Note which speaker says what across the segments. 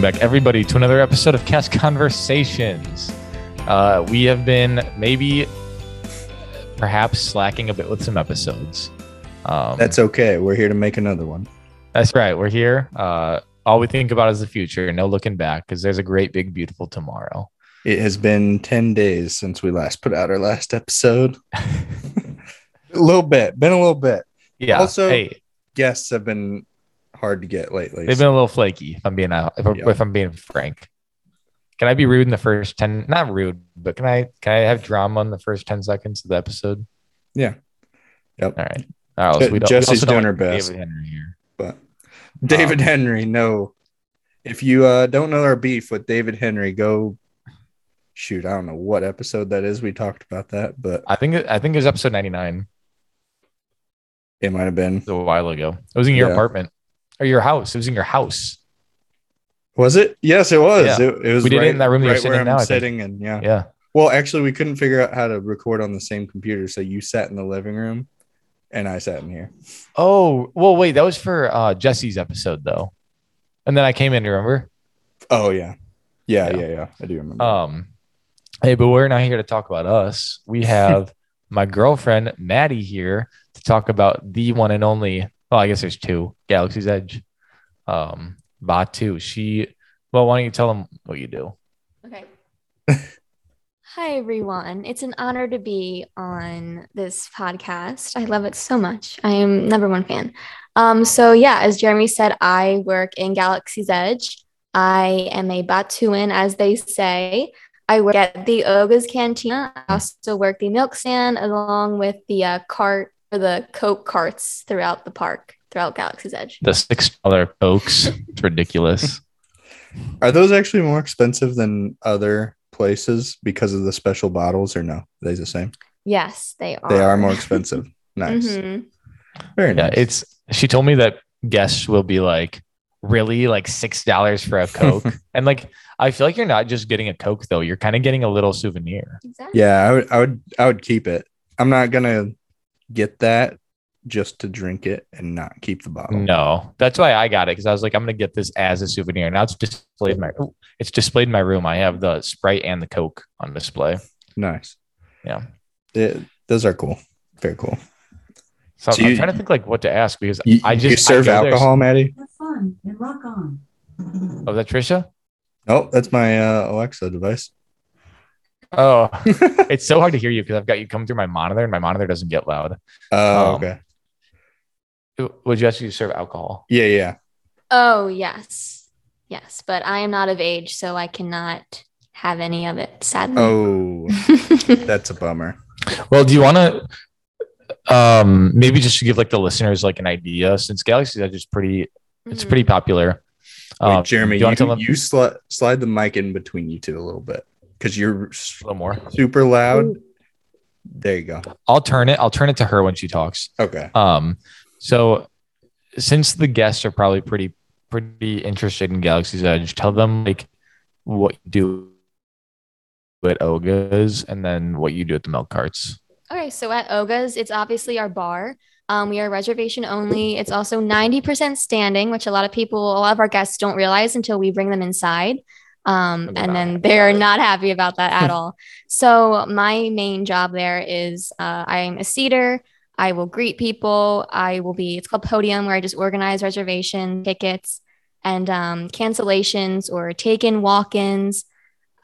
Speaker 1: back, everybody, to another episode of Cast Conversations. Uh, we have been maybe, perhaps, slacking a bit with some episodes. Um,
Speaker 2: That's okay. We're here to make another one.
Speaker 1: that's right. We're here. Uh, all we think about is the future. No looking back, because there's a great, big, beautiful tomorrow.
Speaker 2: It has been 10 days since we last put out our last episode. a little bit, been a little bit.
Speaker 1: Yeah.
Speaker 2: Also-
Speaker 1: hey,
Speaker 2: Guests have been hard to get lately.
Speaker 1: they've been a little flaky. If I'm being out, if, I'm-
Speaker 2: Yeah.
Speaker 1: if I'm being frank, can I be rude in the first ten? Not rude, but can I can I have drama in the first ten seconds of the episode?
Speaker 2: Yeah. Yep.
Speaker 1: All right. All right.
Speaker 2: Ju-
Speaker 1: so we don't- we
Speaker 2: Jesse's
Speaker 1: also don't
Speaker 2: doing her
Speaker 1: like David Um,
Speaker 2: best.
Speaker 1: Henry here.
Speaker 2: but David Henry, no. If you uh, don't know our beef with David Henry, go shoot. I don't know what episode that is. We talked about that, but
Speaker 1: I think it- I think it was episode 99
Speaker 2: it might have been.
Speaker 1: it was a while ago. It was in your
Speaker 2: Yeah.
Speaker 1: apartment or your house. It was in your house.
Speaker 2: Was it? Yes, it was.
Speaker 1: Yeah.
Speaker 2: It, it was
Speaker 1: We did it
Speaker 2: right-
Speaker 1: in that room that you're
Speaker 2: right
Speaker 1: sitting
Speaker 2: where
Speaker 1: in now, I
Speaker 2: I'm
Speaker 1: think.
Speaker 2: sitting in. Yeah.
Speaker 1: Yeah.
Speaker 2: Well, actually, we couldn't figure out how to record on the same computer, so you sat in the living room, and I sat in here.
Speaker 1: Oh, well, wait, that was for uh, Jesse's episode though. And then I came in, remember?
Speaker 2: Oh yeah, yeah,
Speaker 1: Yeah.
Speaker 2: yeah, yeah. I do remember.
Speaker 1: Um, hey, but we're not here to talk about us. We have my girlfriend Maddie here to talk about the one and only. Well, I guess there's two Galaxy's Edge. Um, Batu. She. Well, why don't you tell them what you do?
Speaker 3: Okay. Hi, everyone. It's an honor to be on this podcast. I love it so much. I am number one fan. Um, so, yeah, as Jeremy said, I work in Galaxy's Edge. I am a Batuan, as they say. I work at the Oga's Cantina. I also work the milk stand along with the uh, cart or the Coke carts throughout the park, throughout Galaxy's Edge.
Speaker 1: The six dollar pokes. It's ridiculous.
Speaker 2: Are those actually more expensive than other places because of the special bottles, or no? Are they the same.
Speaker 3: Yes, they are.
Speaker 2: They are more expensive. nice,
Speaker 3: Mhm.
Speaker 2: very
Speaker 1: Yeah,
Speaker 2: nice.
Speaker 1: it's she told me that guests will be like, really like six dollars for a Coke. and like I feel like you're not just getting a Coke though, you're kind of getting a little souvenir.
Speaker 3: Exactly.
Speaker 2: yeah, I would, I would, I would keep it. I'm not gonna get that just to drink it and not keep the bottle.
Speaker 1: No. That's why I got it because I was like, I'm gonna get this as a souvenir. Now it's displayed in my ooh, it's displayed in my room. I have the Sprite and the Coke on display.
Speaker 2: Nice.
Speaker 1: Yeah.
Speaker 2: They- those are cool. Very cool.
Speaker 1: So,
Speaker 2: So
Speaker 1: I'm
Speaker 2: you-
Speaker 1: trying to think like what to ask because
Speaker 2: You,
Speaker 1: I just
Speaker 2: you serve
Speaker 1: I go there-
Speaker 2: alcohol, Maddie.
Speaker 4: Have fun and rock on.
Speaker 1: Oh, is that Trisha?
Speaker 2: Oh, that's my uh, Alexa device.
Speaker 1: Oh,
Speaker 2: oh,
Speaker 1: it's so hard to hear you because I've got you coming through my monitor and my monitor doesn't get loud. Um,
Speaker 2: okay.
Speaker 1: Would you actually serve alcohol?
Speaker 2: Yeah, yeah.
Speaker 3: Oh, yes. Yes, but I am not of age, so I cannot have any of it, sadly.
Speaker 2: Oh, that's a bummer.
Speaker 1: Well, do you want to um maybe just to give like the listeners like an idea since Galaxy's Edge is pretty it's
Speaker 3: Mm-hmm.
Speaker 1: pretty popular.
Speaker 2: Wait,
Speaker 1: Um,
Speaker 2: Jeremy,
Speaker 1: do
Speaker 2: you,
Speaker 1: wanna tell them
Speaker 2: you sli- slide the mic in between you two a little bit because you're s-
Speaker 1: a little more?
Speaker 2: super loud. There you go.
Speaker 1: I'll turn it. I'll turn it to her when she talks.
Speaker 2: Okay.
Speaker 1: Um, so since the guests are probably pretty pretty interested in Galaxy's Edge, tell them like what you do at Oga's and then what you do at the milk carts.
Speaker 3: Okay, so at Oga's, it's obviously our bar. Um, we are reservation only. It's also 90% standing, which a lot of people, a lot of our guests don't realize until we bring them inside. Um,
Speaker 1: And they're
Speaker 3: and
Speaker 1: not
Speaker 3: then
Speaker 1: happy
Speaker 3: they're
Speaker 1: about it.
Speaker 3: not happy about that at all. So, my main job there is uh, I'm a seater. I will greet people. I will be, it's called Podium, where I just organize reservation tickets and um, cancellations or take in walk ins.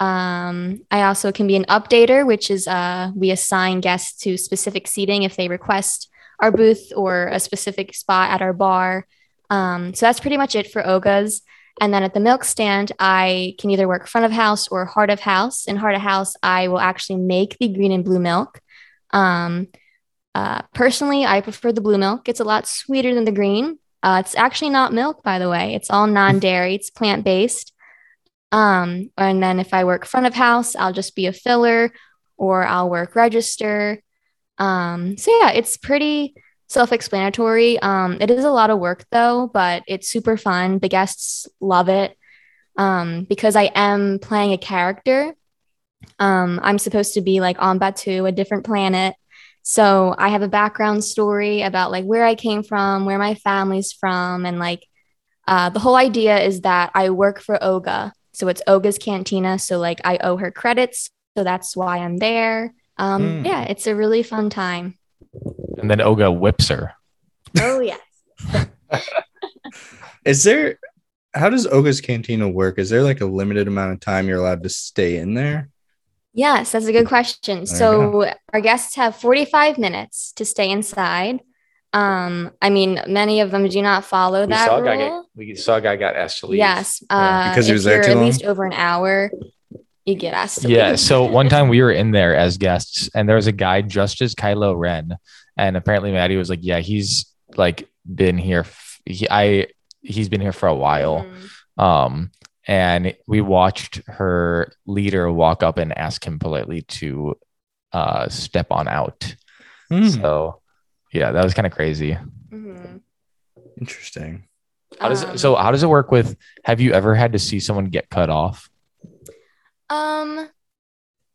Speaker 3: Um, I also can be an updater, which is uh, we assign guests to specific seating if they request our booth or a specific spot at our bar. Um, so that's pretty much it for Ogas. And then at the milk stand, I can either work front of house or heart of house. In heart of house, I will actually make the green and blue milk. Um, uh, personally, I prefer the blue milk. It's a lot sweeter than the green. Uh, it's actually not milk, by the way. It's all non-dairy. It's plant-based. Um, and then if I work front of house, I'll just be a filler or I'll work register. Um, so yeah, it's pretty self-explanatory. Um, it is a lot of work though, but it's super fun. The guests love it. Um, because I am playing a character. Um, I'm supposed to be like on Batu, a different planet. So I have a background story about like where I came from, where my family's from, and like Uh, the whole idea is that I work for Oga. So it's Oga's Cantina. So like I owe her credits. So that's why I'm there. Um,
Speaker 2: Hmm.
Speaker 3: Yeah, it's a really fun time.
Speaker 1: And then Oga whips her.
Speaker 3: Oh, yeah.
Speaker 2: Is there how does Oga's Cantina work? Is there like a limited amount of time you're allowed to stay in there?
Speaker 3: Yes, that's a good question.
Speaker 2: There you
Speaker 3: so our guests have 45 minutes to stay inside. Um, I mean, many of them do not follow that
Speaker 1: saw a guy get,
Speaker 3: rule.
Speaker 1: we saw a guy got asked to leave.
Speaker 3: Yes,
Speaker 1: Yeah.
Speaker 3: uh,
Speaker 2: Because he
Speaker 3: if
Speaker 2: was there
Speaker 3: you're
Speaker 2: too
Speaker 3: at
Speaker 2: long?
Speaker 3: least over an hour, you get asked. to
Speaker 1: Yeah.
Speaker 3: leave.
Speaker 1: So one time we were in there as guests, and there was a guy dressed as Kylo Ren, and apparently Maddie was like, "Yeah, he's like been here. f- He, I he's been here for a while."
Speaker 3: Mhm.
Speaker 1: Um, and we watched her leader walk up and ask him politely to uh step on out. Hmm. So yeah, that was kind of crazy.
Speaker 3: Mhm.
Speaker 2: Interesting.
Speaker 1: How does
Speaker 3: Um,
Speaker 1: so how does it work with have you ever had to see someone get cut off?
Speaker 3: Um,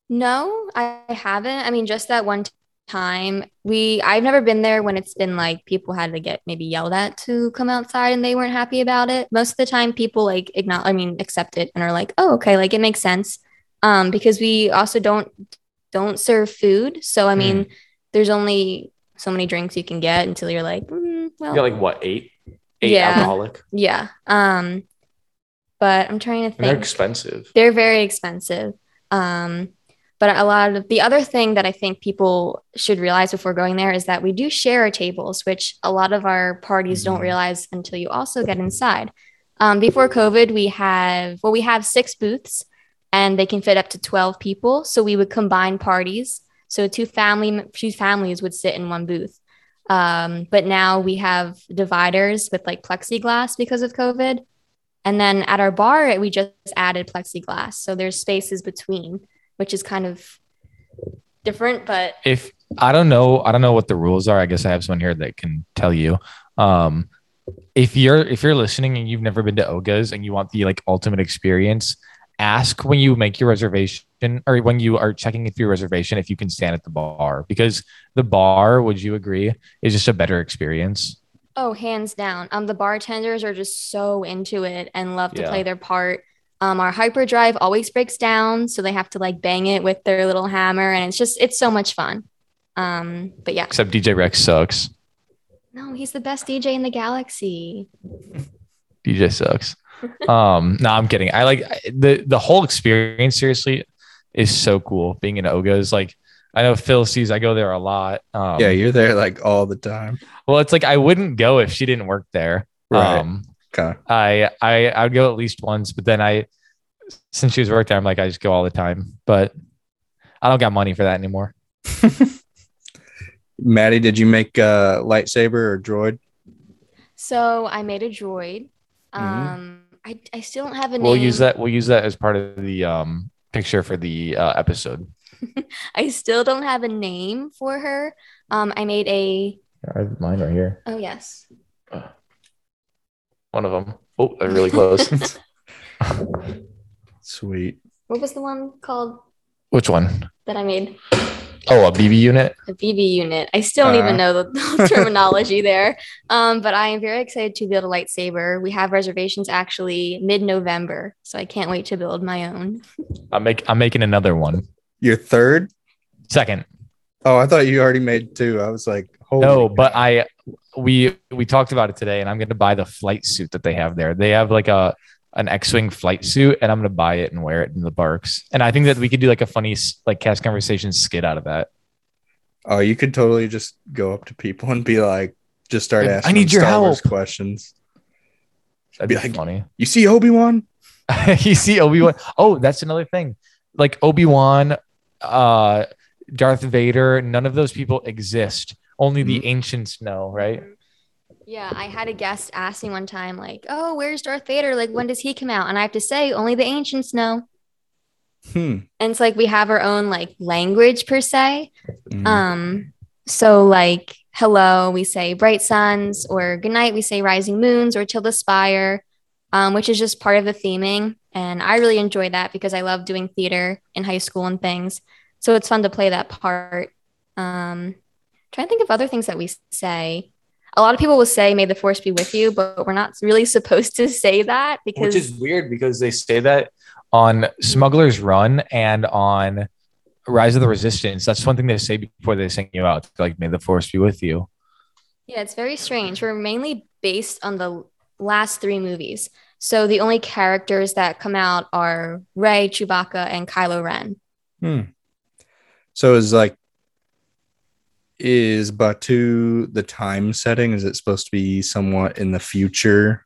Speaker 3: no, I haven't. I mean, just that one t- time we I've never been there when it's been like people had to get maybe yelled at to come outside and they weren't happy about it. Most of the time people like acknowledge, I mean, accept it and are like, "Oh, okay, like it makes sense." Um, because we also don't don't serve food, so I mean, there's only so many drinks you can get until you're like, mm, well,
Speaker 1: like what, eight?
Speaker 3: Eight Yeah.
Speaker 1: alcoholic.
Speaker 3: yeah. Um, but I'm trying to think.
Speaker 1: expensive.
Speaker 3: They're very expensive. Um, but a lot of the other thing that I think people should realize before going there is that we do share our tables, which a lot of our parties don't
Speaker 2: Mhm.
Speaker 3: realize until you also get inside. Um, before COVID, we have well, we have six booths, and they can fit up to twelve people. So we would combine parties, so two family two families would sit in one booth. Um, but now we have dividers with like plexiglass because of COVID. And then at our bar, we just added plexiglass. So there's spaces between, which is kind of different, but
Speaker 1: if I don't know, I don't know what the rules are. I guess I have someone here that can tell you. Um, if you're if you're listening and you've never been to Oga's and you want the like ultimate experience, ask when you make your reservation or when you are checking if your reservation if you can stand at the bar because the bar, would you agree, is just a better experience.
Speaker 3: oh, hands down. Um, the bartenders are just so into it and love to
Speaker 1: Yeah.
Speaker 3: play their part. Um, our hyperdrive always breaks down, so they have to like bang it with their little hammer, and it's just it's so much fun. Um, but yeah,
Speaker 1: Except DJ Rex sucks.
Speaker 3: no, he's the best DJ in the galaxy.
Speaker 1: DJ sucks. um, no, I'm kidding. I like I- the the whole experience. Seriously, is so cool. Being in Oga's like I know Phil sees I go there a lot. Um,
Speaker 2: yeah, you're there like all the time.
Speaker 1: Well, it's like I wouldn't go if she didn't work there.
Speaker 2: Right.
Speaker 1: Um,
Speaker 2: okay.
Speaker 1: I I I would go at least once, but then I since she was worked there, I'm like I just go all the time. But I don't got money for that anymore.
Speaker 2: Maddie, did you make uh lightsaber or droid?
Speaker 3: So I made a droid.
Speaker 2: Mhm.
Speaker 3: Um, I I still don't have a name.
Speaker 1: Mm-hmm. We'll use that. We'll use that as part of the um picture for the uh, episode.
Speaker 3: I still don't have a name for her. Um, I made a
Speaker 1: I have mine right here.
Speaker 3: oh yes,
Speaker 1: One of them. Oh, they're really close.
Speaker 2: Sweet.
Speaker 3: what was the one called
Speaker 1: Which one?
Speaker 3: that I made?
Speaker 1: Oh, a BB unit.
Speaker 3: A BB unit. I still don't even know the, the terminology there. Um, but I am very excited to build a lightsaber. We have reservations actually mid-November, so I can't wait to build my own.
Speaker 1: I'm make. I'm making another one.
Speaker 2: Your third?
Speaker 1: Second.
Speaker 2: Oh, I thought you already made two. I was like, holy
Speaker 1: No, but I we we talked about it today, and I'm gonna buy the flight suit that they have there. They have like a an X-wing flight suit, and I'm gonna buy it and wear it in the parks. And I think that we could do like a funny s- like cast conversation skit out of that.
Speaker 2: Oh, you could totally just go up to people and be like, just start
Speaker 1: I
Speaker 2: asking
Speaker 1: need
Speaker 2: them
Speaker 1: your
Speaker 2: Star Wars
Speaker 1: help.
Speaker 2: questions.
Speaker 1: That'd
Speaker 2: Be
Speaker 1: be,
Speaker 2: like-
Speaker 1: funny.
Speaker 2: You see Obi Wan?
Speaker 1: you see Obi Wan. Oh, that's another thing. Like Obi Wan, uh, Darth Vader. None of those people exist. Only the ancients know, right?
Speaker 3: Yeah, I had a guest ask me one time, like, "Oh, where's Darth Vader? Like, when does he come out?" And I have to say, only the ancients know.
Speaker 2: Hmm.
Speaker 3: And it's like we have our own like language per se.
Speaker 1: Mm.
Speaker 2: Mhm.
Speaker 3: Um, so like hello, we say bright suns, or good night, we say rising moons, or till the spire, um, which is just part of the theming. And I really enjoy that because I love doing theater in high school and things. So it's fun to play that part. Um, trying to think of other things that we say. a lot of people will say, may the force be with you, but we're not really supposed to say that because
Speaker 1: which is weird because they say that on Smuggler's Run and on Rise of the Resistance. That's one thing they say before they sing you out. Like, may the force be with you.
Speaker 3: Yeah, it's very strange. We're mainly based on the last three movies. So the only characters that come out are Rey, Chewbacca, and Kylo Ren.
Speaker 2: Hmm. So is like, is Batu the time setting? Is it supposed to be somewhat in the future,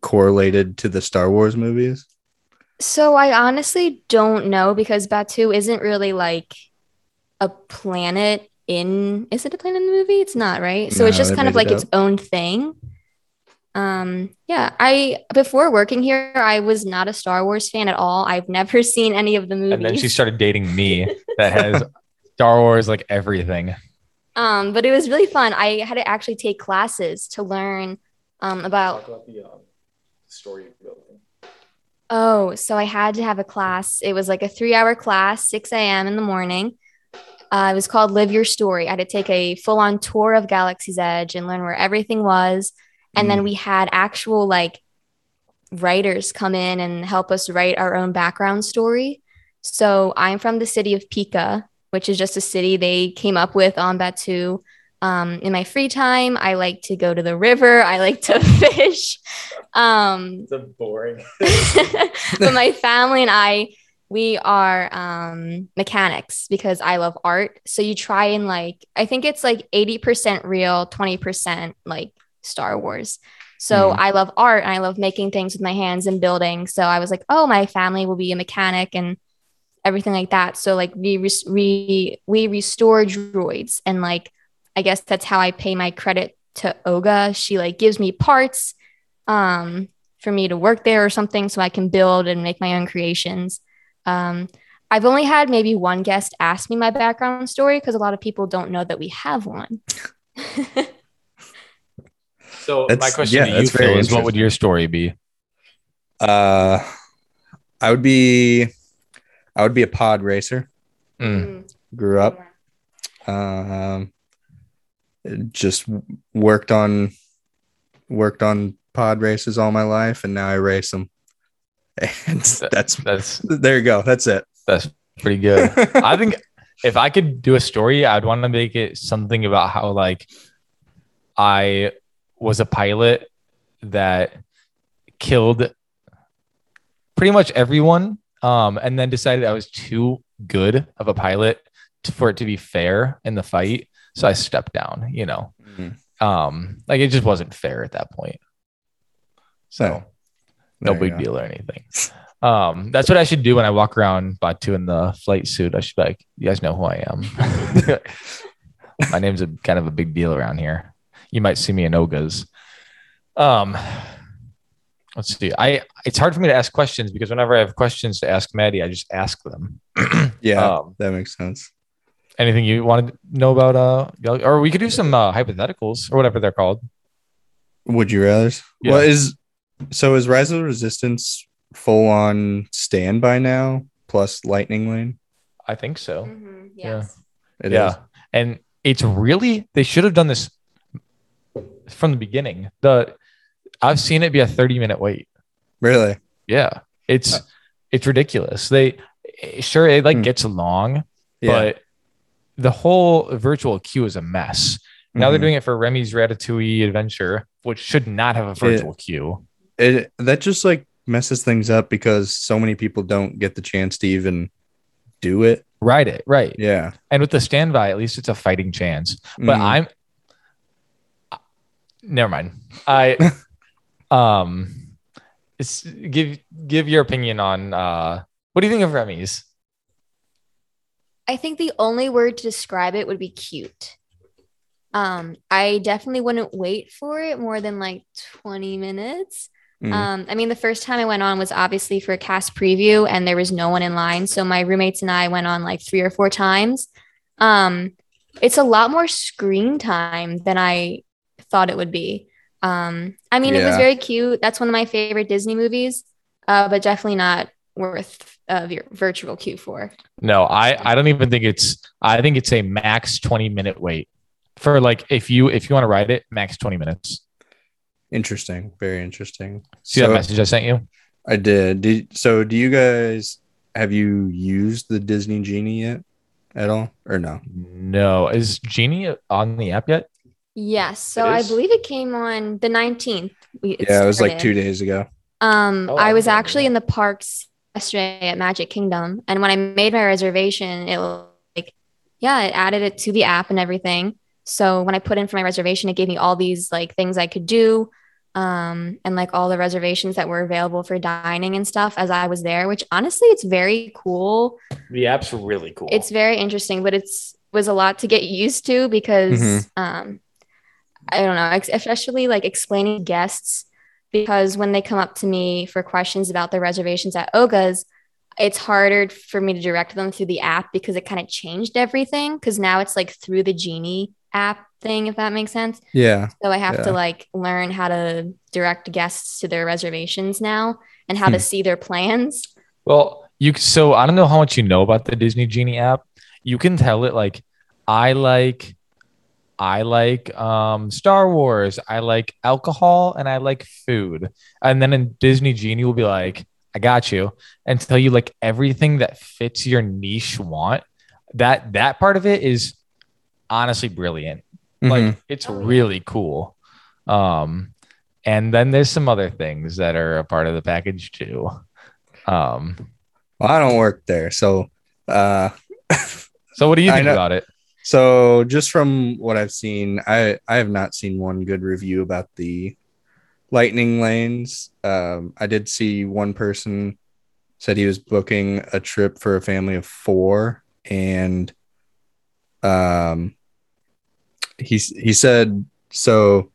Speaker 2: correlated to the Star Wars movies?
Speaker 3: So I honestly don't know because Batu isn't really like a planet in is it a planet in the movie? It's not, right? So it's
Speaker 2: No,
Speaker 3: just
Speaker 2: they
Speaker 3: kind of
Speaker 2: made it
Speaker 3: like its
Speaker 2: up.
Speaker 3: own thing. Um yeah, I before working here, I was not a Star Wars fan at all. I've never seen any of the movies.
Speaker 1: And then she started dating me that has Star Wars like everything.
Speaker 3: um but it was really fun. I had to actually take classes to learn um about
Speaker 1: the story building.
Speaker 3: Oh, so I had to have a class. It was like a three hour class, 6 a.m. in the morning. Uh, it was called Live Your Story. I had to take a full on tour of Galaxy's Edge and learn where everything was. And then we had actual like writers come in and help us write our own background story. So I'm from the city of Pika, which is just a city they came up with on Batu. Um, in my free time, I like to go to the river. I like to fish. Um,
Speaker 1: It's a boring.
Speaker 3: but my family and I, we are um, mechanics because I love art. So you try and like, I think it's like 80% real, 20% like Star Wars. So
Speaker 2: Mhm.
Speaker 3: I love art and I love making things with my hands and building. So I was like, oh, my family will be a mechanic and everything like that. So like we res- we we restore droids and like I guess that's how I pay my credit to Oga. She like gives me parts um for me to work there or something so I can build and make my own creations. Um I've only had maybe one guest ask me my background story because a lot of people don't know that we have one.
Speaker 1: So my
Speaker 2: That's-
Speaker 1: question
Speaker 2: yeah,
Speaker 1: to you
Speaker 2: that's very
Speaker 1: Phil, is, what would your story be?
Speaker 2: Uh, I would be, I would be a pod racer.
Speaker 1: Mm.
Speaker 3: Mm-hmm.
Speaker 2: Grew up um, just worked on worked on pod races all my life and now i race them and that's
Speaker 1: That's
Speaker 2: there you go that's it
Speaker 1: that's pretty good. I think if I could do a story, I'd want to make it something about how like I was a pilot that killed pretty much everyone, um, and then decided I was too good of a pilot t- for it to be fair in the fight. So I stepped down. You know,
Speaker 2: Mhm.
Speaker 1: um, like it just wasn't fair at that point. So
Speaker 2: Yeah.
Speaker 1: no
Speaker 2: There you
Speaker 1: big
Speaker 2: go.
Speaker 1: deal or anything. Um, that's what I should do when I walk around Batu in the flight suit. I should be like, you guys know who I am. My name's a kind of a big deal around here. You might see me in Ogas. Um, let's see. I it's hard for me to ask questions because whenever I have questions to ask Maddie, I just ask them.
Speaker 2: yeah
Speaker 1: Um,
Speaker 2: that makes sense
Speaker 1: anything you want to know about? Uh, Gal- or we could do some uh, hypotheticals or whatever they're called.
Speaker 2: would you rather
Speaker 1: Yeah.
Speaker 2: well is so is rise of the resistance full on standby now plus lightning lane
Speaker 1: I think so. Yeah.
Speaker 3: Mm-hmm. Yes.
Speaker 2: It is.
Speaker 1: yeah. And it's really they should have done this from the beginning. The I've seen it be a 30 minute wait.
Speaker 2: really
Speaker 1: Yeah. It's
Speaker 2: Uh.
Speaker 1: it's ridiculous. They sure it like
Speaker 2: Hmm.
Speaker 1: gets long,
Speaker 2: yeah
Speaker 1: but the whole virtual queue is a mess. Now they're
Speaker 2: Mhm.
Speaker 1: doing it for Remy's Ratatouille adventure, which should not have a virtual queue.
Speaker 2: it that just like messes things up because so many people don't get the chance to even do it
Speaker 1: Right it, right.
Speaker 2: yeah
Speaker 1: And with the standby, at least it's a fighting chance. but
Speaker 2: Mhm.
Speaker 1: I'm never mind. I um it's, give give your opinion on uh what do you think of Remy's?
Speaker 3: I think the only word to describe it would be cute. Um, I definitely wouldn't wait for it more than like 20 minutes.
Speaker 2: Mm.
Speaker 3: Um, I mean, the first time I went on was obviously for a cast preview, and there was no one in line. So my roommates and I went on like three or four times. Um, it's a lot more screen time than I thought it would be. Um, I mean, it was
Speaker 2: Yeah.
Speaker 3: very cute. That's one of my favorite Disney movies, uh, but definitely not worth a vir- virtual queue for.
Speaker 1: No, I I don't even think it's I think it's a max 20 minute wait for like if you if you want to ride it, max twenty minutes.
Speaker 2: Interesting. Very interesting.
Speaker 1: See that message I sent you?
Speaker 2: I did. Did so? Do you guys have you used the Disney Genie yet, at all, or no?
Speaker 1: No, is Genie on the app yet?
Speaker 3: Yes. So
Speaker 2: It
Speaker 3: I
Speaker 2: is?
Speaker 3: believe it came on the 19th. we-
Speaker 2: yeah, it was like
Speaker 3: started.
Speaker 2: two days ago.
Speaker 3: Um,
Speaker 1: Oh, I
Speaker 3: I was
Speaker 1: didn't know
Speaker 3: actually
Speaker 1: that.
Speaker 3: in the parks yesterday at Magic Kingdom, and when I made my reservation, it was like, yeah, it added it to the app and everything. So when I put in for my reservation, it gave me all these like things I could do, um, and like all the reservations that were available for dining and stuff as I was there. Which honestly, it's very cool.
Speaker 1: The app's really cool.
Speaker 3: It's very interesting, but it's was a lot to get used to because
Speaker 2: Mhm.
Speaker 3: um, I don't know, ex- especially like explaining to guests because when they come up to me for questions about their reservations at Oga's, it's harder for me to direct them through the app because it kind of changed everything. Because now it's like through the Genie app thing, if that makes sense.
Speaker 2: Yeah,
Speaker 3: So I have
Speaker 2: Yeah.
Speaker 3: to like learn how to direct guests to their reservations now and how to
Speaker 2: Hmm.
Speaker 3: see their plans.
Speaker 1: Well, you c- so I don't know how much you know about the Disney Genie app. You can tell it like I like I like um Star Wars, I like alcohol and I like food. And then in Disney Genie will be like, I got you and tell you like everything that fits your niche want. That that part of it is honestly brilliant
Speaker 2: Mhm.
Speaker 1: like it's
Speaker 3: Oh, yeah.
Speaker 1: really cool um and then there's some other things that are a part of the package too um
Speaker 2: Well, I don't work there, so uh,
Speaker 1: so what do you
Speaker 2: I
Speaker 1: think
Speaker 2: know-
Speaker 1: about it
Speaker 2: so just from what I've seen, I I have not seen one good review about the lightning lanes. Um, I did see one person said he was booking a trip for a family of four, and um, he he said so.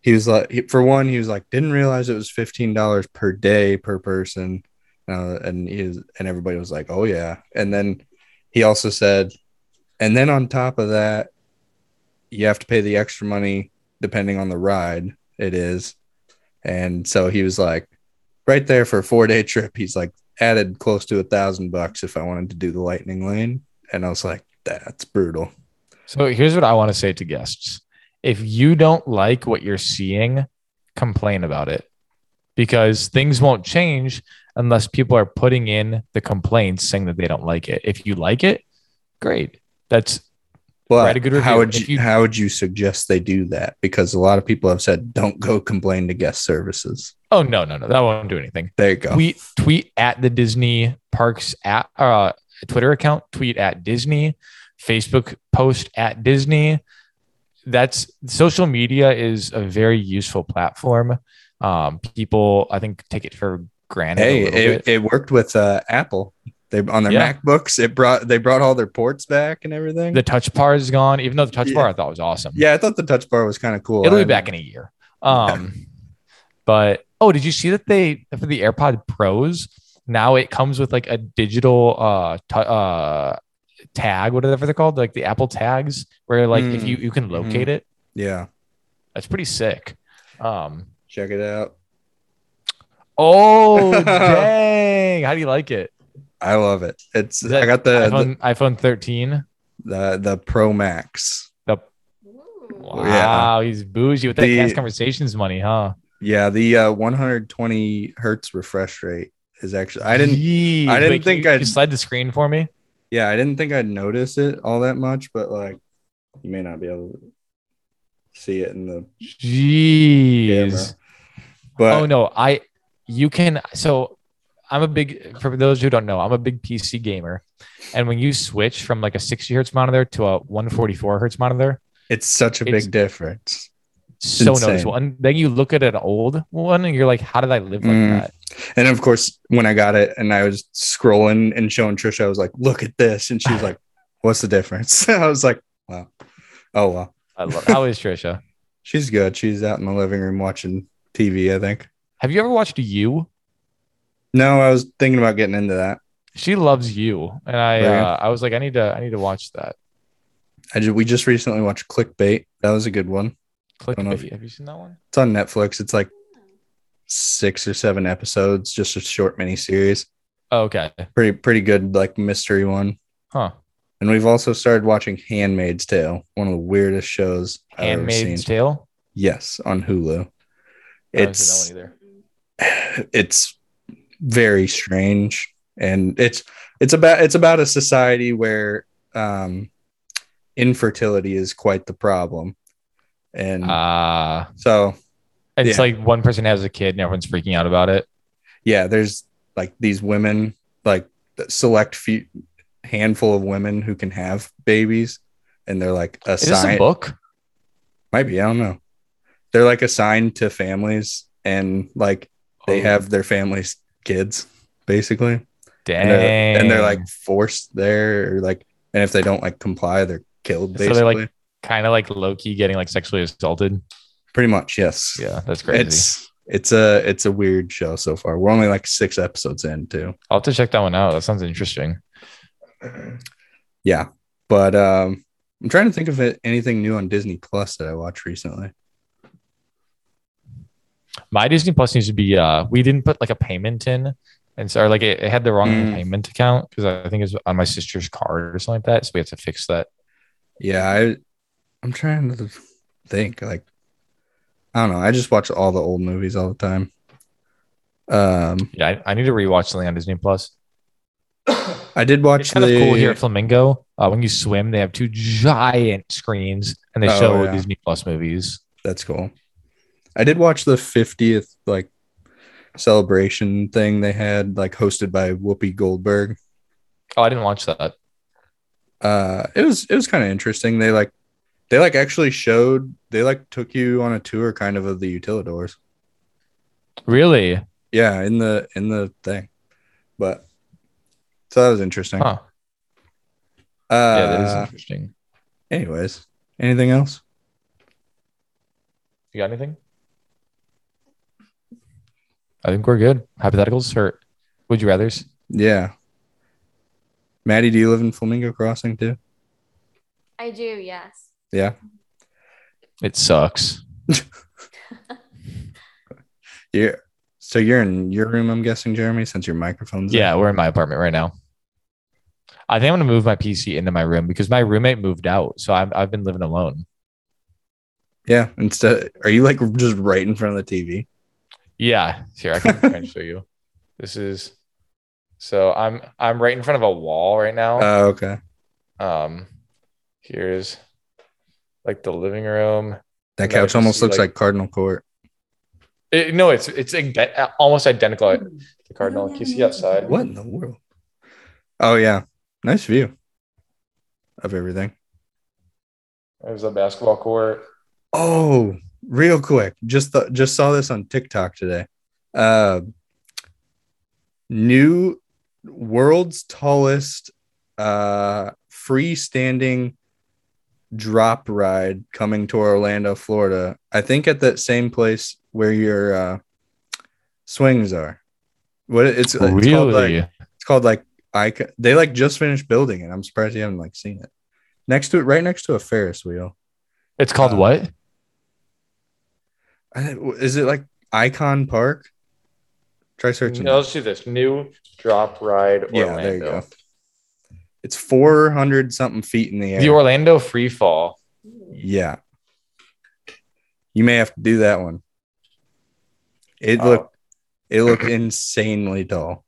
Speaker 2: He was like, he- for one, he was like, didn't realize it was fifteen dollars per day per person, uh, and he was, and everybody was like, oh yeah, and then he also said, and then on top of that, you have to pay the extra money depending on the ride it is, and so he was like, right there for a four day trip, he's like added close to a thousand bucks if I wanted to do the lightning lane, and I was like, that's brutal.
Speaker 1: so here's what i want to say to guests if you don't like what you're seeing complain about it because things won't change unless people are putting in the complaints saying that they don't like it if you like it great that's
Speaker 2: Well,
Speaker 1: Write a good
Speaker 2: how
Speaker 1: review.
Speaker 2: would
Speaker 1: If
Speaker 2: you,
Speaker 1: you-
Speaker 2: how would you suggest they do that? Because a lot of people have said, "Don't go complain to guest services."
Speaker 1: oh no no no that won't do anything
Speaker 2: There you go.
Speaker 1: tweet tweet at the Disney Parks at uh, Twitter account, tweet at Disney, Facebook post at Disney. That's social media is a very useful platform. Um, people, I think, take it for granted.
Speaker 2: hey,
Speaker 1: a little bit.
Speaker 2: it, it worked with uh, Apple. They on their
Speaker 1: Yeah.
Speaker 2: MacBooks. It brought they brought all their ports back and everything.
Speaker 1: the touch bar is gone, even though the touch
Speaker 2: Yeah.
Speaker 1: bar I thought was awesome.
Speaker 2: yeah, I thought the touch bar was kind of cool.
Speaker 1: it'll
Speaker 2: I-
Speaker 1: be back in a year. Um, but oh, did you see that they for the AirPod Pros now it comes with like a digital uh, t- uh tag, whatever they're called, like the Apple tags, where like if
Speaker 2: Mm.
Speaker 1: you you can locate it,
Speaker 2: Yeah,
Speaker 1: that's pretty sick. Um,
Speaker 2: check it out.
Speaker 1: oh dang, how do you like it?
Speaker 2: I love it. It's
Speaker 1: Is that
Speaker 2: I got Uh, the,
Speaker 1: iPhone, iPhone 13.
Speaker 2: the the the Pro Max.
Speaker 1: The,
Speaker 2: Oh, Yeah.
Speaker 1: wow, he's bougie with that
Speaker 2: The-
Speaker 1: cast conversations money, huh?
Speaker 2: Yeah, the uh, 120 hertz refresh rate is actually. I didn't
Speaker 1: Yee.
Speaker 2: I didn't
Speaker 1: Wait, can
Speaker 2: think
Speaker 1: you- can
Speaker 2: I'd-
Speaker 1: you slide the screen for me.
Speaker 2: yeah, I didn't think I'd notice it all that much, but like you may not be able to see it in the
Speaker 1: Jeez.
Speaker 2: camera. But
Speaker 1: oh no, I you can so I'm a big for those who don't know, I'm a big PC gamer. And when you switch from like a 60 hertz monitor to a 144 hertz monitor,
Speaker 2: it's such a
Speaker 1: it's-
Speaker 2: big difference.
Speaker 1: it's so
Speaker 2: Insane.
Speaker 1: noticeable. And then you look at an old one and you're like, how did I live like
Speaker 2: Mm.
Speaker 1: that?
Speaker 2: And of course, when I got it and I was scrolling and showing Trisha, I was like, look at this. And she was like, What's the difference? I was like, Wow. Oh well.
Speaker 1: I love how is Trisha?
Speaker 2: She's good. She's out in the living room watching TV, I think.
Speaker 1: Have you ever watched you?
Speaker 2: No, I was thinking about getting into that.
Speaker 1: She loves you. And I
Speaker 2: Really?
Speaker 1: uh, I was like, I need to I need to watch that.
Speaker 2: I ju- we just recently watched Clickbait. That was a good one.
Speaker 1: Click
Speaker 2: don't know if-
Speaker 1: Have you seen that one?
Speaker 2: It's on Netflix. It's like six or seven episodes, just a short mini series.
Speaker 1: Oh, okay.
Speaker 2: Pretty pretty good like mystery one.
Speaker 1: Huh.
Speaker 2: And we've also started watching Handmaid's Tale, one of the weirdest shows I've ever seen.
Speaker 1: Handmaid's Tale.
Speaker 2: Yes, on
Speaker 1: I
Speaker 2: Hulu.
Speaker 1: don't
Speaker 2: It's
Speaker 1: know either.
Speaker 2: it's very strange and it's it's about it's about a society where um infertility is quite the problem and
Speaker 1: Ah,
Speaker 2: so
Speaker 1: it's
Speaker 2: yeah.
Speaker 1: like one person has a kid and everyone's freaking out about it.
Speaker 2: yeah there's like these women like the select few handful of women who can have babies and they're like
Speaker 1: Is this a
Speaker 2: assigned
Speaker 1: book?
Speaker 2: might be i don't know they're like assigned to families and like they
Speaker 1: Oh,
Speaker 2: have their families kids basically
Speaker 1: dang.
Speaker 2: and they're, and they're like forced there or like and if they don't like comply they're killed
Speaker 1: So
Speaker 2: basically
Speaker 1: they're, like, kind of like Loki getting like sexually assaulted.
Speaker 2: pretty much yes
Speaker 1: Yeah, that's crazy.
Speaker 2: it's it's a it's a weird show so far we're only like six episodes in too
Speaker 1: I'll have to check that one out. That sounds interesting.
Speaker 2: yeah but um i'm trying to think of it, anything new on disney plus that i watched recently
Speaker 1: My Disney Plus needs to be uh we didn't put like a payment in and so or like it, it had the wrong
Speaker 2: Mm.
Speaker 1: payment account because I think it's on my sister's card or something like that. So we have to fix that.
Speaker 2: yeah i i'm trying to think like i don't know i just watch all the old movies all the time um
Speaker 1: Yeah, I, I need to rewatch something on Disney Plus.
Speaker 2: i did watch
Speaker 1: It's kind
Speaker 2: the
Speaker 1: of cool here at Flamingo. Uh, when you swim, they have two giant screens and they
Speaker 2: Oh,
Speaker 1: show
Speaker 2: yeah.
Speaker 1: Disney Plus movies.
Speaker 2: That's cool. I did watch the 50th like celebration thing they had like hosted by Whoopi Goldberg.
Speaker 1: Oh, I didn't watch that.
Speaker 2: Uh it was it was kind of interesting. They like they like actually showed they like took you on a tour kind of of the utilidors.
Speaker 1: Really?
Speaker 2: Yeah, in the in the thing. But so that was interesting.
Speaker 1: Huh.
Speaker 2: Uh
Speaker 1: Yeah, that is interesting.
Speaker 2: anyways, anything else?
Speaker 1: You got anything? I think we're good. Hypotheticals or would you rather's?
Speaker 2: Yeah. Maddie, do you live in Flamingo Crossing too?
Speaker 3: I do, yes.
Speaker 2: Yeah.
Speaker 1: It sucks.
Speaker 2: Yeah. So you're in your room, I'm guessing, Jeremy, since your microphone's
Speaker 1: Yeah, we're in my apartment right now. I think I'm gonna move my PC into my room because my roommate moved out, so I've I've been living alone.
Speaker 2: Yeah. Instead, are you like just right in front of the TV?
Speaker 1: Yeah, here I can try and show you. This is so I'm I'm right in front of a wall right now.
Speaker 2: Oh, okay.
Speaker 1: um, here's like the living room.
Speaker 2: That
Speaker 1: No, I
Speaker 2: couch
Speaker 1: just
Speaker 2: almost
Speaker 1: see,
Speaker 2: looks
Speaker 1: like-
Speaker 2: like, Cardinal Court.
Speaker 1: It, no, it's it's ident- almost identical to the Cardinal. Can you see outside?
Speaker 2: What in the world? Oh yeah, nice view of everything.
Speaker 1: There's a basketball court.
Speaker 2: Oh, real quick, just th- just saw this on TikTok today. Uh, new world's tallest uh freestanding drop ride coming to Orlando, Florida. I think at that same place where your uh swings are. What it's, it's called like it's called like icon. They like just finished building it. I'm surprised you haven't like seen it. Next to it, right next to a Ferris wheel.
Speaker 1: It's called
Speaker 2: Uh,
Speaker 1: what?
Speaker 2: I think- Is it like Icon Park? Try searching.
Speaker 1: No,
Speaker 2: that.
Speaker 1: let's do this. New drop ride Orlando.
Speaker 2: yeah, there you go. It's 400 something feet in the air.
Speaker 1: The Orlando free fall.
Speaker 2: yeah. You may have to do that one. It
Speaker 1: Oh.
Speaker 2: looked it looked insanely tall.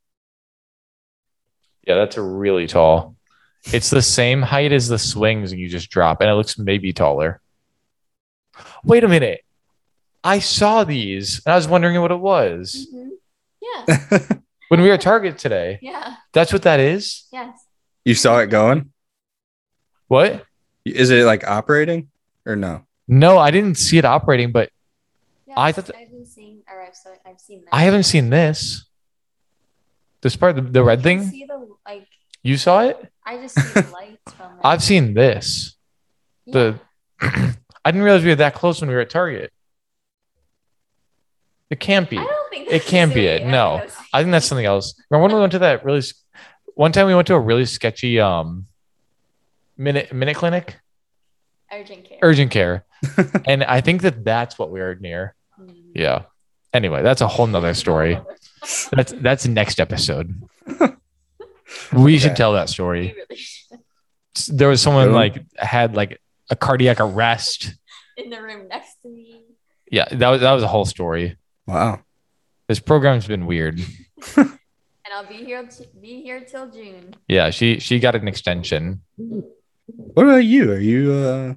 Speaker 1: Yeah, that's really tall. It's the same height as the swings and you just drop, and it looks maybe taller. Wait a minute. I saw these and I was wondering what it was.
Speaker 3: Mm-hmm. Yeah,
Speaker 1: When we were at Target today,
Speaker 3: yeah,
Speaker 1: that's what that is?
Speaker 3: yes.
Speaker 2: you saw it going?
Speaker 1: What?
Speaker 2: Is it like operating or no?
Speaker 1: No, I didn't see it operating, but I thought that-
Speaker 3: I've been seeing, or I've, so- I've seen that.
Speaker 1: I haven't seen this. This part, the, the red
Speaker 3: I
Speaker 1: thing,
Speaker 3: see the like.
Speaker 1: you saw it?
Speaker 3: I just see the lights from. it.
Speaker 1: I've seen this. the- I didn't realize we were that close when we were at Target. It can't be.
Speaker 3: I don't think
Speaker 1: It can't be it. No, I think that's something else. Remember when we went to that really, s- one time we went to a really sketchy um, minute minute clinic,
Speaker 3: urgent care.
Speaker 1: urgent care, and I think that that's what we were near.
Speaker 3: Hmm.
Speaker 1: Yeah. Anyway, that's a whole nother story. That's that's next episode. we should
Speaker 2: Okay.
Speaker 1: tell that story. there was someone
Speaker 2: Boom.
Speaker 1: like had like a cardiac arrest.
Speaker 3: in the room next to me.
Speaker 1: Yeah, that was that was a whole story.
Speaker 2: Wow.
Speaker 1: This program's been weird.
Speaker 3: And I'll be here t- be here till June.
Speaker 1: Yeah, she she got an extension.
Speaker 2: What about you? Are you uh have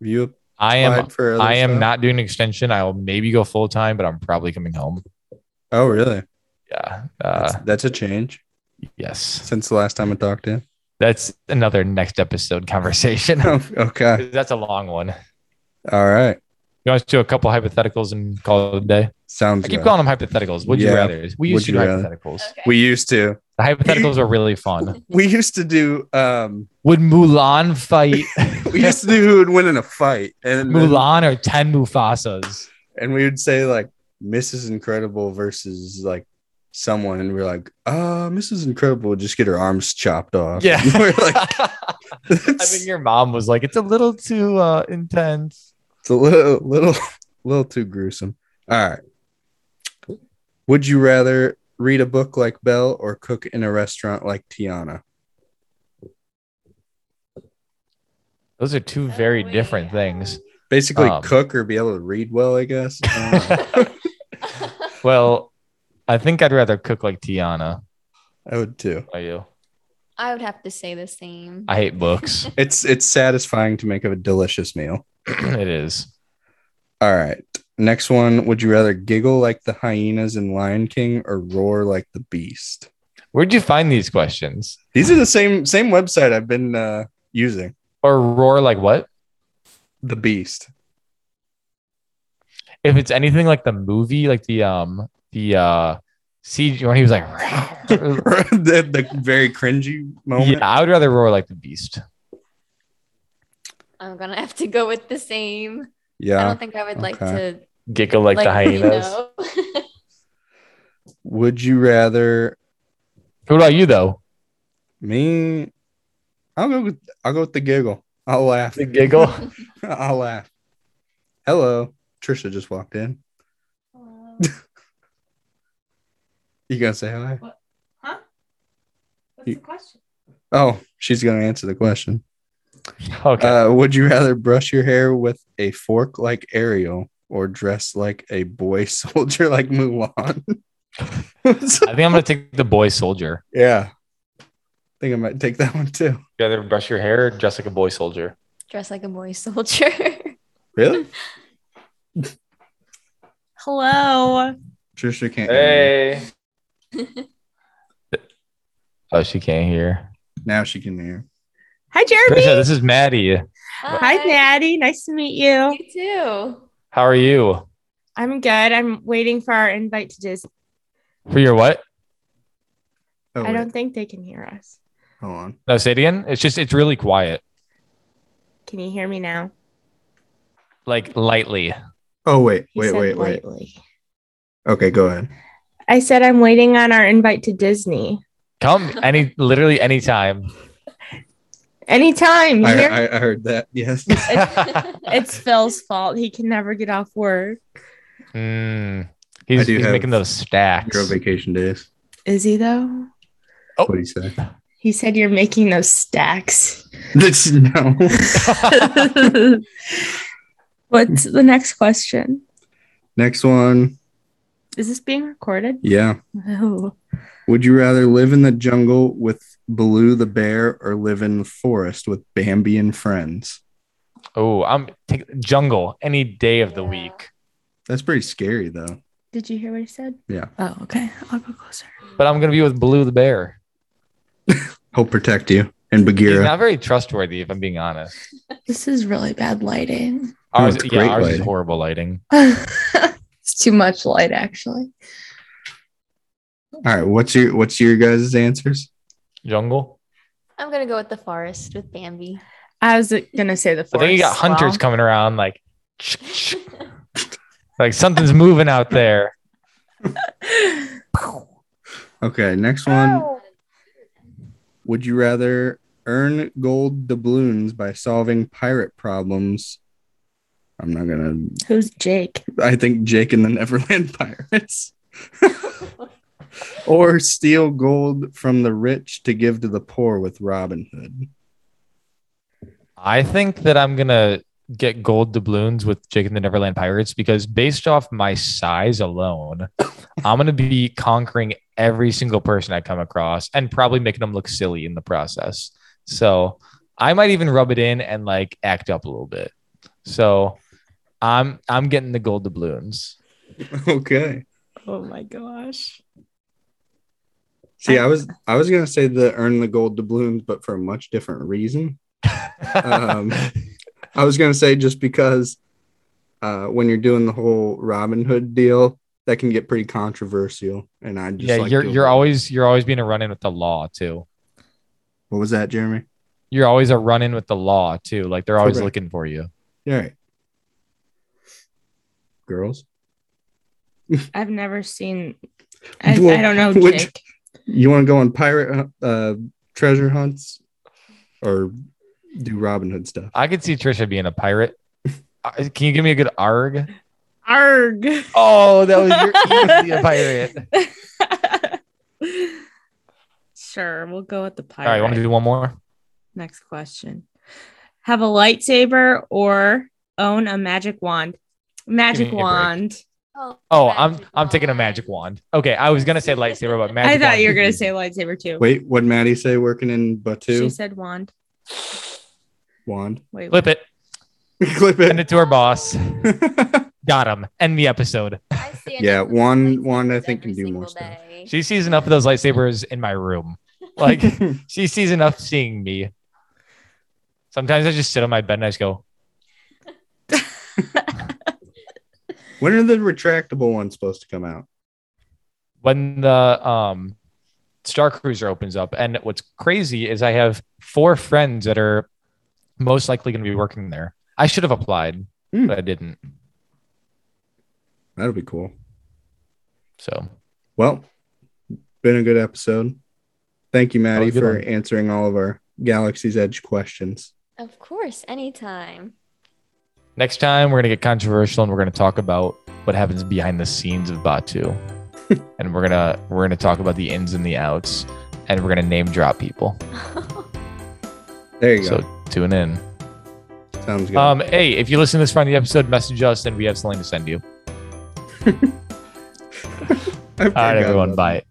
Speaker 2: you
Speaker 1: I
Speaker 2: applied
Speaker 1: am
Speaker 2: for other
Speaker 1: I am
Speaker 2: stuff?
Speaker 1: not doing an extension. I will maybe go full time, but I'm probably coming home.
Speaker 2: Oh really?
Speaker 1: Yeah.
Speaker 2: That's,
Speaker 1: Uh,
Speaker 2: that's a change
Speaker 1: yes.
Speaker 2: since the last time I talked to you.
Speaker 1: That's another next episode conversation.
Speaker 2: Oh, okay.
Speaker 1: That's a long one.
Speaker 2: All right.
Speaker 1: You want us to do a couple hypotheticals and call it a day?
Speaker 2: Sounds
Speaker 1: I keep
Speaker 2: good.
Speaker 1: calling them hypotheticals. Would
Speaker 2: Yeah.
Speaker 1: you rather? We
Speaker 2: Would
Speaker 1: used to do
Speaker 2: you rather?
Speaker 1: hypotheticals.
Speaker 2: We used to.
Speaker 1: The hypotheticals were really fun.
Speaker 2: We used to do um
Speaker 1: Would Mulan fight
Speaker 2: we used to do who would win in a fight and then-
Speaker 1: Mulan or 10 Mufasas?
Speaker 2: and we would say like Mrs. Incredible versus like someone and we're like, uh Mrs. Incredible would just get her arms chopped off.
Speaker 1: Yeah.
Speaker 2: we're like
Speaker 1: I think your mom was like, it's a little too uh, intense.
Speaker 2: It's a little, little, little too gruesome. All right. Would you rather read a book like Belle or cook in a restaurant like Tiana?
Speaker 1: Those are two very
Speaker 3: Oh,
Speaker 1: different things.
Speaker 2: Basically,
Speaker 1: Um.
Speaker 2: cook or be able to read well, I guess. I don't know.
Speaker 1: Well, I think I'd rather cook like Tiana.
Speaker 2: I would too.
Speaker 1: Are you?
Speaker 3: I would have to say the same.
Speaker 1: I hate books.
Speaker 2: It's it's satisfying to make a delicious meal.
Speaker 1: it is.
Speaker 2: All right. Next one. Would you rather giggle like the hyenas in Lion King or roar like the beast?
Speaker 1: Where'd you find these questions?
Speaker 2: These are the same same website I've been uh, using.
Speaker 1: Or roar like what?
Speaker 2: The beast.
Speaker 1: if it's anything like the movie, like the um the uh CG when he was like yeah,
Speaker 2: the, the very cringy moment.
Speaker 1: I would rather roar like the beast.
Speaker 3: I'm gonna have to go with the same. I
Speaker 2: yeah.
Speaker 3: don't think I would like
Speaker 2: okay.
Speaker 3: to
Speaker 1: Giggle like, the
Speaker 3: you
Speaker 1: hyenas.
Speaker 3: know.
Speaker 2: Would you rather
Speaker 1: What about you though?
Speaker 2: me? I'll go with I'll go with the giggle. I'll laugh.
Speaker 1: The giggle.
Speaker 2: I'll laugh. Hello, Trisha just walked in. You gonna say hi?
Speaker 4: Huh? What's
Speaker 2: You-
Speaker 4: the question?
Speaker 2: Oh, she's gonna answer the question.
Speaker 1: okay.
Speaker 2: Uh, would you rather brush your hair with a fork like Ariel or dress like a boy soldier like Mulan?
Speaker 1: I think I'm gonna take the boy soldier.
Speaker 2: yeah, I think I might take that one too.
Speaker 1: You rather brush your hair or dress like a boy soldier.
Speaker 3: Dress like a boy soldier.
Speaker 2: Really,
Speaker 5: Hello.
Speaker 2: Trisha can't. hear you.
Speaker 1: Hey. oh, she can't hear.
Speaker 2: now she can hear.
Speaker 5: Hi, Jeremy.
Speaker 1: Trisha, this is Maddie.
Speaker 5: Hi, Maddie. Nice to meet you.
Speaker 3: You too.
Speaker 1: How are you?
Speaker 5: I'm good. I'm waiting for our invite to Disney.
Speaker 1: For your what?
Speaker 2: Oh,
Speaker 5: I
Speaker 2: wait,
Speaker 5: don't think they can hear us.
Speaker 2: hold on.
Speaker 1: No, say it again. It's just it's really quiet.
Speaker 5: Can you hear me now?
Speaker 1: Like lightly.
Speaker 2: Oh wait,
Speaker 5: He
Speaker 2: wait,
Speaker 5: said
Speaker 2: wait, wait.
Speaker 5: lightly.
Speaker 2: Okay, go ahead.
Speaker 5: I said I'm waiting on our invite to Disney.
Speaker 1: Come any literally anytime.
Speaker 5: Anytime.
Speaker 2: I,
Speaker 5: Here-
Speaker 2: I, I heard that. Yes.
Speaker 5: it's Phil's fault. He can never get off work.
Speaker 1: Mm. He's,
Speaker 2: do
Speaker 1: he's
Speaker 2: have
Speaker 1: making those stacks.
Speaker 2: Zero vacation days.
Speaker 5: Is he though?
Speaker 2: What do you say?
Speaker 5: He said you're making those stacks.
Speaker 2: That's, no.
Speaker 5: What's the next question?
Speaker 2: Next one.
Speaker 5: Is this being recorded?
Speaker 2: Yeah.
Speaker 5: Oh.
Speaker 2: Would you rather live in the jungle with Baloo the bear or live in the forest with Bambi and friends?
Speaker 1: oh, I'm take, jungle any day of the
Speaker 3: Yeah.
Speaker 1: week.
Speaker 2: That's pretty scary though.
Speaker 5: Did you hear what he said?
Speaker 2: Yeah.
Speaker 5: Oh, okay. I'll go closer.
Speaker 1: But I'm gonna be with Blue the bear.
Speaker 2: He'll protect you and
Speaker 1: He's
Speaker 2: Bagheera.
Speaker 1: not very trustworthy, if I'm being honest.
Speaker 5: This is really bad lighting.
Speaker 2: No,
Speaker 1: Ours,
Speaker 2: Oh, it's
Speaker 1: yeah,
Speaker 2: great
Speaker 1: ours is
Speaker 2: lighting.
Speaker 1: horrible lighting.
Speaker 5: it's too much light, actually.
Speaker 2: All right. What's your What's your guys' answers?
Speaker 1: Jungle.
Speaker 3: I'm gonna go with the forest with Bambi.
Speaker 5: I was gonna say the
Speaker 1: I
Speaker 5: forest.
Speaker 1: think you got hunters
Speaker 5: swell.
Speaker 1: coming around, like like something's moving out there.
Speaker 2: Okay. Next one.
Speaker 5: Oh.
Speaker 2: Would you rather earn gold doubloons by solving pirate problems? I'm not gonna.
Speaker 5: Who's Jake?
Speaker 2: I think Jake and the Neverland Pirates. or steal gold from the rich to give to the poor with Robin Hood.
Speaker 1: I think that I'm gonna get gold doubloons with Jake and the Neverland Pirates because based off my size alone, I'm gonna be conquering every single person I come across and probably making them look silly in the process. So I might even rub it in and like act up a little bit. So I'm I'm getting the gold doubloons.
Speaker 2: okay.
Speaker 5: Oh my gosh.
Speaker 2: See, I was I was gonna say the earn the gold doubloons, but for a much different reason. Um, I was gonna say just because uh, when you're doing the whole Robin Hood deal, that can get pretty controversial, and I just
Speaker 1: yeah,
Speaker 2: like
Speaker 1: you're
Speaker 2: to
Speaker 1: you're
Speaker 2: avoid-
Speaker 1: always you're always being a run in with the law too.
Speaker 2: what was that, Jeremy?
Speaker 1: You're always a run in with the law too. Like they're always
Speaker 2: Correct.
Speaker 1: looking for you.
Speaker 2: All right, girls,
Speaker 5: I've never seen. I,
Speaker 2: Well,
Speaker 5: I don't know,
Speaker 2: which-
Speaker 5: Jake.
Speaker 2: you want to go on pirate uh, uh, treasure hunts or do Robin Hood stuff?
Speaker 1: I could see Trisha being a pirate. Uh, Can you give me a good arg?
Speaker 5: Arg.
Speaker 1: Oh, that was you're easily a pirate.
Speaker 5: sure, we'll go with the
Speaker 1: All right,
Speaker 5: pirate.
Speaker 1: you want to do one more?
Speaker 5: Next question. Have a lightsaber or own a magic wand? Magic
Speaker 1: Give me a break.
Speaker 5: wand.
Speaker 3: Oh,
Speaker 1: Oh, I'm I'm taking a magic wand. Okay, I was gonna say lightsaber, but magic.
Speaker 5: I thought
Speaker 1: wand
Speaker 5: you were
Speaker 1: is
Speaker 5: gonna
Speaker 1: easy.
Speaker 5: say lightsaber too.
Speaker 2: Wait, what Maddie say? Working in
Speaker 5: she
Speaker 2: Batu
Speaker 5: said wand.
Speaker 2: wand,
Speaker 5: Wait,
Speaker 1: flip it,
Speaker 2: clip
Speaker 1: send
Speaker 2: it.
Speaker 1: it to our boss. Got him. End the episode.
Speaker 3: I see
Speaker 2: Yeah,
Speaker 3: a different
Speaker 2: one-
Speaker 3: lightsaber
Speaker 2: one, I think,
Speaker 3: every
Speaker 2: can do more
Speaker 3: single
Speaker 2: stuff.
Speaker 3: day.
Speaker 1: She sees enough of those lightsabers in my room. Like she sees enough seeing me. Sometimes I just sit on my bed and I just go,
Speaker 2: when are the retractable ones supposed to come out?
Speaker 1: when the um Star Cruiser opens up. And what's crazy is I have four friends that are most likely going to be working there. I should have applied,
Speaker 2: Hmm.
Speaker 1: but I didn't.
Speaker 2: That'll be cool.
Speaker 1: So
Speaker 2: Well, been a good episode. Thank you,
Speaker 1: was
Speaker 2: Maddie,
Speaker 1: a good
Speaker 2: for
Speaker 1: one.
Speaker 2: answering all of our Galaxy's Edge questions.
Speaker 3: Of course, anytime.
Speaker 1: next time we're going to get controversial and we're going to talk about what happens behind the scenes of Batu. and we're going to we're going to talk about the ins and the outs and we're going to name drop people.
Speaker 2: There you
Speaker 1: So
Speaker 2: go.
Speaker 1: tune in.
Speaker 2: Sounds good.
Speaker 1: Um hey, if you listen to this far in the episode, message us and we have something to send you.
Speaker 2: I forgot
Speaker 1: All right everyone,
Speaker 2: about
Speaker 1: bye.